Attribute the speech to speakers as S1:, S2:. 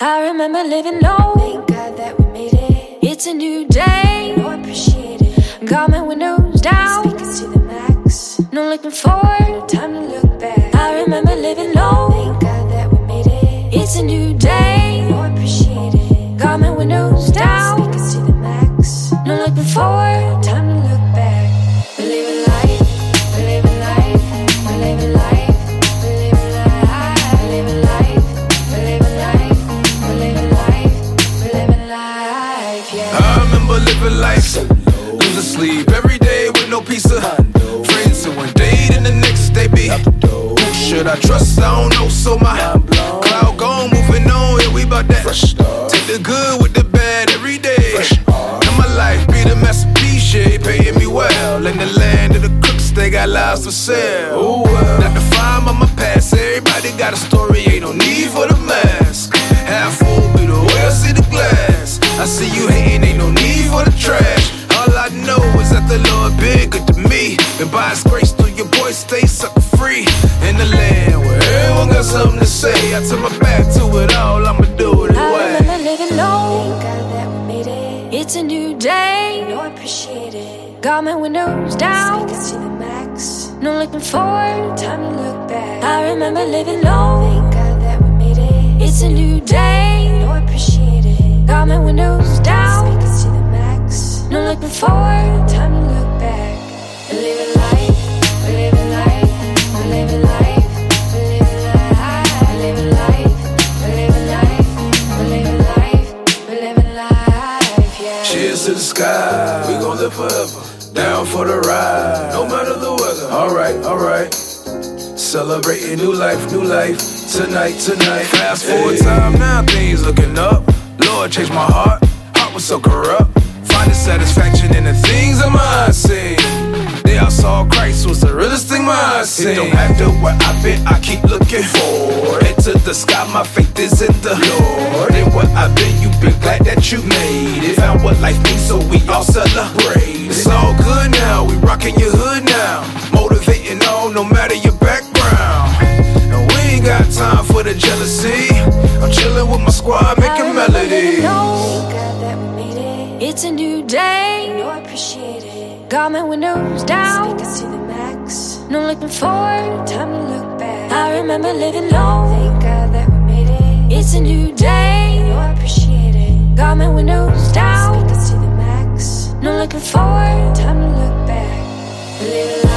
S1: I remember living low. Thank God that we made it. It's a new day. No, I appreciate it. Got my windows down. Speakers to the max. No looking forward. No time to look back. I remember living low. Thank God that we made it. It's a new day. No, I appreciate it. Got my windows down. Speakers to the max. No looking forward. No time to look back. We live a life. We live a life. We live a life. We live a life. We live a life. We live a life. We live a life. We live a life. Yeah.
S2: I remember living life so low. Losing sleep every day with no pizza. Friends who one date and the next they be. Who should I trust? I don't know. So my cloud gone, moving on. Yeah, we bout that. Take the good with the bad every day. And my life be the masterpiece. Yeah, paying me well. In the land of the crooks, they got lives for sale. Ooh, well. Not to find on my past. Everybody got a story. Ain't no need for the mask. Half full through the oil, see the glass. I see you hating, ain't no need for the trash. All I know is that the Lord been good to me. And by his grace through your boy, stay sucker free. In the land where everyone got something to say. I turn my back to it all, I'ma do it
S1: I
S2: away.
S1: remember living low. Thank God that we made it. It's a new day. No, I appreciate it. Got my windows down. Speakers to the max. No looking forward. No time to look back. I remember living low. Thank God that we made it. It's a new day. No, I appreciate it. Got my windows down. Speakers to the max. No looking forward. No time to look back. We live a life. We live a life. We live a life. We live a life. We live a life. We live a life. We live a life. We live a life. Yeah.
S2: Cheers to the sky, we gon' live forever. Down for the ride, no matter the weather. Alright, alright. Celebrating new life, new life. Tonight, tonight. Fast forward time, now things looking up. Lord, change my heart. Heart was so corrupt. Finding satisfaction in the things of my seen. They I saw Christ was the realest thing my seen. It don't matter where I've been, I keep looking forward. Into the sky, my faith is in the Lord. And what I've been, you've been glad that you made it. Found what life means, so we all celebrate. It's all good now, we rocking your hood now. Motivating all, no matter your background. And we ain't got time for the jealousy. I'm chilling with my squad,
S1: I
S2: making
S1: remember
S2: melodies.
S1: living low. Thank God that we made it. It's a new day. No, I appreciate it. Got my windows down. Speakers to the max. No looking forward. No time to look back. I remember living low. Thank God that we made it. It's a new day. No, I appreciate it. Got my windows down. Speakers to the max. No looking forward. No time to look back. We live a life.